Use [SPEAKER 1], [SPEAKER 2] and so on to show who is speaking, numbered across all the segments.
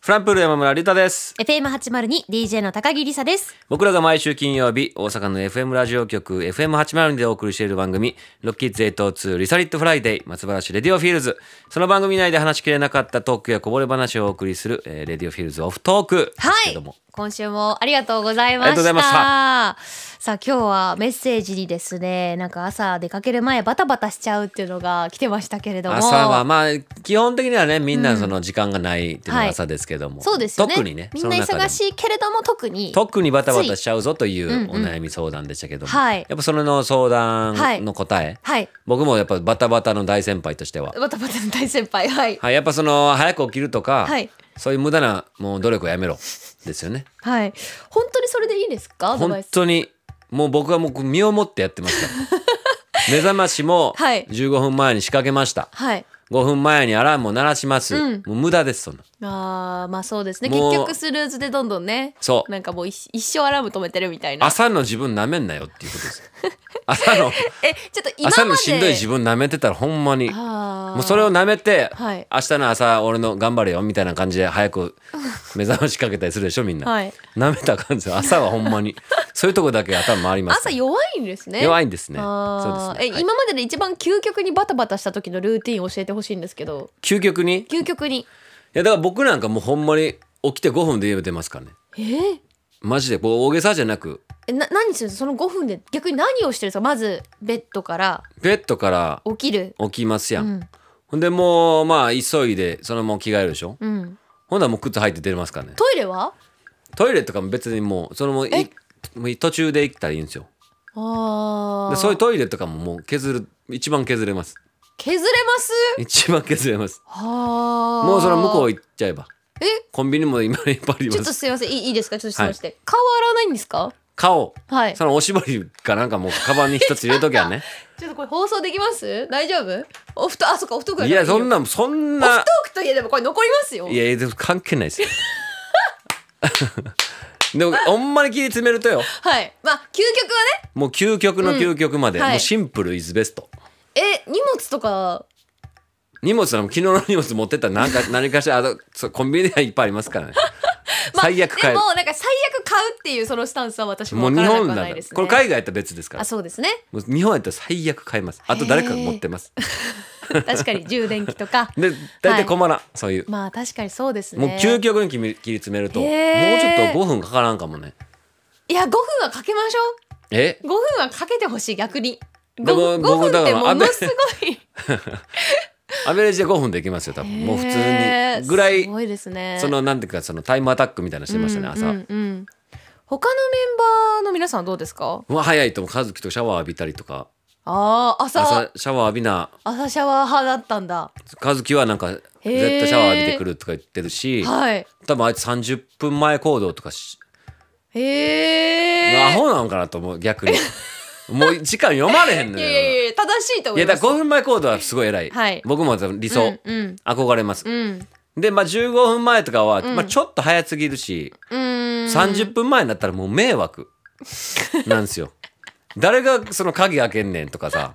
[SPEAKER 1] フランプール山村隆太です
[SPEAKER 2] FM802 DJ の高木りさです。
[SPEAKER 1] 僕らが毎週金曜日大阪の FM ラジオ局 FM802 でお送りしている番組「ロッキーズ802リサリットフライデー松原市レディオフィールズ」その番組内で話しきれなかったトークやこぼれ話をお送りする、えーレディオフィールズオフトークです
[SPEAKER 2] は
[SPEAKER 1] け
[SPEAKER 2] い
[SPEAKER 1] ども、。
[SPEAKER 2] 今週もありがとうございま
[SPEAKER 1] ありがとうございまし
[SPEAKER 2] したさあ今日はメッセージにですね、なんか朝出かける前バタバタしちゃうっていうのが来てましたけれども。
[SPEAKER 1] 朝はまあ基本的にはねみんなその時間がないっていうの
[SPEAKER 2] は
[SPEAKER 1] が
[SPEAKER 2] い
[SPEAKER 1] 朝ですけども、
[SPEAKER 2] そうですよね。
[SPEAKER 1] 特にね
[SPEAKER 2] みんな
[SPEAKER 1] その中で
[SPEAKER 2] 忙
[SPEAKER 1] も
[SPEAKER 2] しいけれども特に。
[SPEAKER 1] 特にバタバタしちゃうぞという
[SPEAKER 2] うん
[SPEAKER 1] お悩み相談でしたけども、
[SPEAKER 2] はい
[SPEAKER 1] やっぱそれの相談の答え、
[SPEAKER 2] はい。
[SPEAKER 1] 僕もやっぱバタバタの大先輩としては、
[SPEAKER 2] バタバタの大先輩。はい。
[SPEAKER 1] はい、やっぱその早く起きるとか、
[SPEAKER 2] はい
[SPEAKER 1] そういう無駄なもう努力をやめろですよね。
[SPEAKER 2] はい。本当にそれでいいですかアドバ
[SPEAKER 1] 本
[SPEAKER 2] イス。
[SPEAKER 1] 当にもう僕はもう身をもってやってますから 目覚ましも
[SPEAKER 2] はい
[SPEAKER 1] 15分前に仕掛けました、
[SPEAKER 2] はい。
[SPEAKER 1] 5分前にアラームを鳴らします、
[SPEAKER 2] うん
[SPEAKER 1] もう無駄ですそんな
[SPEAKER 2] あーまあそうですね。結
[SPEAKER 1] もう
[SPEAKER 2] 局スルーズでどんどんね。
[SPEAKER 1] そう
[SPEAKER 2] なんかもう一一生アラーム止めてるみたいな。
[SPEAKER 1] 朝の自分なめんなよっていうこと です朝の
[SPEAKER 2] え、ちょっと今まで。
[SPEAKER 1] 朝のしんどい自分なめてたらほんまに
[SPEAKER 2] も
[SPEAKER 1] もうそれをなめて、
[SPEAKER 2] はい
[SPEAKER 1] 明日の朝俺の頑張れよみたいな感じで早く目覚ましかけたりするでしょみんな、
[SPEAKER 2] はい
[SPEAKER 1] なめたらあかんですよ朝はほんまにそういうとこだけ頭回ります
[SPEAKER 2] 朝弱いんですね
[SPEAKER 1] 弱
[SPEAKER 2] い
[SPEAKER 1] いんですねそ
[SPEAKER 2] あー
[SPEAKER 1] うですね、は
[SPEAKER 2] え
[SPEAKER 1] い
[SPEAKER 2] 今までで一番究極にバタバタした時のルーティン教えてほしいんですけど
[SPEAKER 1] 究極にい
[SPEAKER 2] 究極に
[SPEAKER 1] やだから僕なんかもうほんまに起きて5分で家出ますからね
[SPEAKER 2] えー
[SPEAKER 1] マジでこう大げさじゃなく
[SPEAKER 2] えな何するんですかその5分で逆に何をしてるんですかまずベッドから
[SPEAKER 1] ベッドから
[SPEAKER 2] 起きる
[SPEAKER 1] 起きますや、
[SPEAKER 2] うんん
[SPEAKER 1] ほんでもうまあ急いでそのまま着替えるでしょ
[SPEAKER 2] うん
[SPEAKER 1] ほんならもう靴履いて出れますからね
[SPEAKER 2] トイレは
[SPEAKER 1] トイレとかも別にもうそのもうい
[SPEAKER 2] え
[SPEAKER 1] もう途中で行ったらいいんですよ
[SPEAKER 2] あ
[SPEAKER 1] で
[SPEAKER 2] あ
[SPEAKER 1] そういうトイレとかももう削る一番削れます
[SPEAKER 2] 削れます
[SPEAKER 1] 一番削れます
[SPEAKER 2] はあ
[SPEAKER 1] もうその向こう
[SPEAKER 2] う
[SPEAKER 1] 行っちゃえば
[SPEAKER 2] え
[SPEAKER 1] コンビニも今いっぱいありま
[SPEAKER 2] ちょっと
[SPEAKER 1] す
[SPEAKER 2] すいませんいいいいですかちょっと質問して、顔洗わないんですか
[SPEAKER 1] 顔
[SPEAKER 2] はい
[SPEAKER 1] そのおしぼりかなんかもうカバンに一つ入れときゃね
[SPEAKER 2] ちょっとこれ放送できます大丈夫オフト あそっかオフトークだ
[SPEAKER 1] い
[SPEAKER 2] から
[SPEAKER 1] やそ
[SPEAKER 2] よ
[SPEAKER 1] んなそん
[SPEAKER 2] オフ
[SPEAKER 1] な
[SPEAKER 2] トークといえでもこれ残りますよ
[SPEAKER 1] いやいやでも関係ないですよ でもほんまに切り詰めるとよ
[SPEAKER 2] はいまあ究極はね
[SPEAKER 1] もう究極の究極まで、
[SPEAKER 2] うんはい
[SPEAKER 1] もうシンプルイズベスト
[SPEAKER 2] え荷物とか
[SPEAKER 1] 荷物なんか昨日の荷物持ってったらなん か何かしらあとそうコンビニにはいっぱいありますからね、
[SPEAKER 2] まあ
[SPEAKER 1] 最悪買え
[SPEAKER 2] で
[SPEAKER 1] る
[SPEAKER 2] もなんか最悪買うっていうそのスタンスは私も
[SPEAKER 1] もう
[SPEAKER 2] わ
[SPEAKER 1] 日
[SPEAKER 2] からなく
[SPEAKER 1] 本
[SPEAKER 2] は
[SPEAKER 1] なんだ
[SPEAKER 2] ないですね
[SPEAKER 1] これ海外やったら別ですから
[SPEAKER 2] あそうですね
[SPEAKER 1] もう日本やったら最悪買えますあと誰かが持ってます
[SPEAKER 2] 確かに充電器と か
[SPEAKER 1] で大体困らん、そういう
[SPEAKER 2] まあ確かにそうですね
[SPEAKER 1] もう究極に切り切り詰めると、
[SPEAKER 2] へ
[SPEAKER 1] もうちょ
[SPEAKER 2] ー
[SPEAKER 1] っと5分かからんかもね
[SPEAKER 2] いや5分はかけましょ
[SPEAKER 1] え
[SPEAKER 2] う5分はかけてほしい逆に 5,
[SPEAKER 1] でも
[SPEAKER 2] 分
[SPEAKER 1] 僕
[SPEAKER 2] 5分って
[SPEAKER 1] だか
[SPEAKER 2] も
[SPEAKER 1] ら
[SPEAKER 2] のすごい
[SPEAKER 1] アベレージで5分でいきますよ多分もう普通にぐら
[SPEAKER 2] す
[SPEAKER 1] い
[SPEAKER 2] ごいですね
[SPEAKER 1] そのなんていうかそのタイムアタックみたいなのしてましたね、朝、う
[SPEAKER 2] う
[SPEAKER 1] ん
[SPEAKER 2] うんうん他のメンバーの皆さんはどうですか
[SPEAKER 1] わ早いとも家族とシャワー浴びたりとか
[SPEAKER 2] ああ朝朝
[SPEAKER 1] 朝シャワー浴びな
[SPEAKER 2] シャワー派だったんだ
[SPEAKER 1] 和樹はなんか絶対シャワー浴びてくるとか言ってるし
[SPEAKER 2] はい
[SPEAKER 1] 多分あいつ30分前行動とかし
[SPEAKER 2] へえ
[SPEAKER 1] アホなんかなと思う逆 にもう時間読まれへんの
[SPEAKER 2] い
[SPEAKER 1] よ
[SPEAKER 2] やいやいや正しいと
[SPEAKER 1] い
[SPEAKER 2] 思い
[SPEAKER 1] や
[SPEAKER 2] ま
[SPEAKER 1] だ
[SPEAKER 2] す
[SPEAKER 1] から5分前行動はすごい偉い、
[SPEAKER 2] はい
[SPEAKER 1] 僕も多分理想、
[SPEAKER 2] うん
[SPEAKER 1] 憧れます
[SPEAKER 2] う、ん
[SPEAKER 1] で、まあ、15分前とかは、
[SPEAKER 2] うん
[SPEAKER 1] まあ、ちょっと早すぎるし、
[SPEAKER 2] うん
[SPEAKER 1] 30分前になったらもう迷惑なんです よ誰がその鍵開けんねんとかさ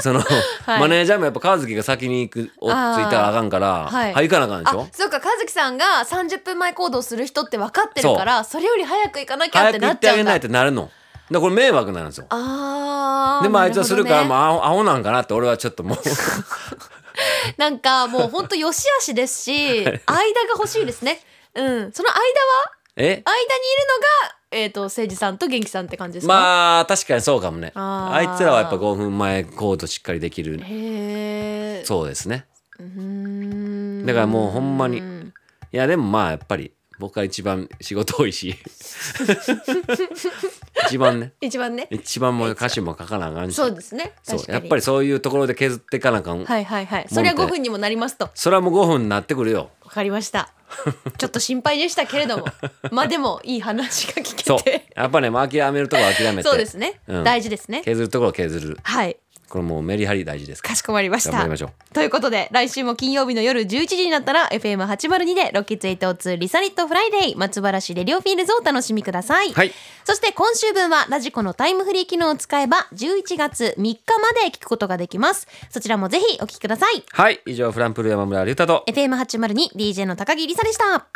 [SPEAKER 1] その、
[SPEAKER 2] い
[SPEAKER 1] マネージャーもやっぱ和樹が先に行くお着い
[SPEAKER 2] あー
[SPEAKER 1] たらあかんから、
[SPEAKER 2] はい
[SPEAKER 1] はい、行かなあかんでし
[SPEAKER 2] あ
[SPEAKER 1] ょ
[SPEAKER 2] そうか和樹さんが30分前行動する人って分かってるからそれより早く行かなきゃっ
[SPEAKER 1] 早
[SPEAKER 2] て
[SPEAKER 1] く行
[SPEAKER 2] な
[SPEAKER 1] っ
[SPEAKER 2] っち
[SPEAKER 1] てあ
[SPEAKER 2] ゃう
[SPEAKER 1] げ
[SPEAKER 2] ん
[SPEAKER 1] ない
[SPEAKER 2] だ
[SPEAKER 1] ってなるのだからこれ迷惑なんですよ
[SPEAKER 2] あー
[SPEAKER 1] でもあいつはするから
[SPEAKER 2] な
[SPEAKER 1] もう
[SPEAKER 2] ほ
[SPEAKER 1] アホアホなんかなって俺はちょっ ともう
[SPEAKER 2] どねなんかもうほんと良し悪しです し間が欲しいですねうんその間は
[SPEAKER 1] え
[SPEAKER 2] 間にいるのがえっ、と誠治さんと元気さんって感じですか、
[SPEAKER 1] まあ確かにそうかもね
[SPEAKER 2] あ
[SPEAKER 1] あ
[SPEAKER 2] ー
[SPEAKER 1] いつらはやっぱ5分前行動しっかりできる
[SPEAKER 2] へえ
[SPEAKER 1] そうですね
[SPEAKER 2] うーん
[SPEAKER 1] だからもうほんまにいやでもまあやっぱり僕は一番仕事多いし 一番ね
[SPEAKER 2] 一番ね
[SPEAKER 1] 一番もう歌詞も書かなあかんし
[SPEAKER 2] そうですね
[SPEAKER 1] そう
[SPEAKER 2] 確かに
[SPEAKER 1] やっぱりそういうところで削っていかなあかん、
[SPEAKER 2] はいはいはいそれは
[SPEAKER 1] 問
[SPEAKER 2] 5
[SPEAKER 1] 題
[SPEAKER 2] 分にもなりますと
[SPEAKER 1] それはもう5分になってくる よ
[SPEAKER 2] わかりま した。ちょっと心配でしたけれども、まあでもいい話が聞
[SPEAKER 1] そう
[SPEAKER 2] けて、
[SPEAKER 1] やっぱねもう諦めるところは諦めて
[SPEAKER 2] そうですね、
[SPEAKER 1] うん
[SPEAKER 2] 大事ですね。
[SPEAKER 1] 削るところは削る
[SPEAKER 2] はい、
[SPEAKER 1] これもうメリハリ大事ですから
[SPEAKER 2] かしこまりまし
[SPEAKER 1] 頑張
[SPEAKER 2] た
[SPEAKER 1] りま。しょう
[SPEAKER 2] ということで、来週も金曜日の夜11時になったら FM802 でロッキーツ802リサリットフライデー松原市レリオフィールズをお楽しみください。
[SPEAKER 1] はい
[SPEAKER 2] そして今週分はラジコのタイムフリー機能を使えば11月3日まで聞くことができます。そちらもぜひお聞きください。
[SPEAKER 1] はい以上フランプール山村隆太と
[SPEAKER 2] FM802DJ の高木りさでした。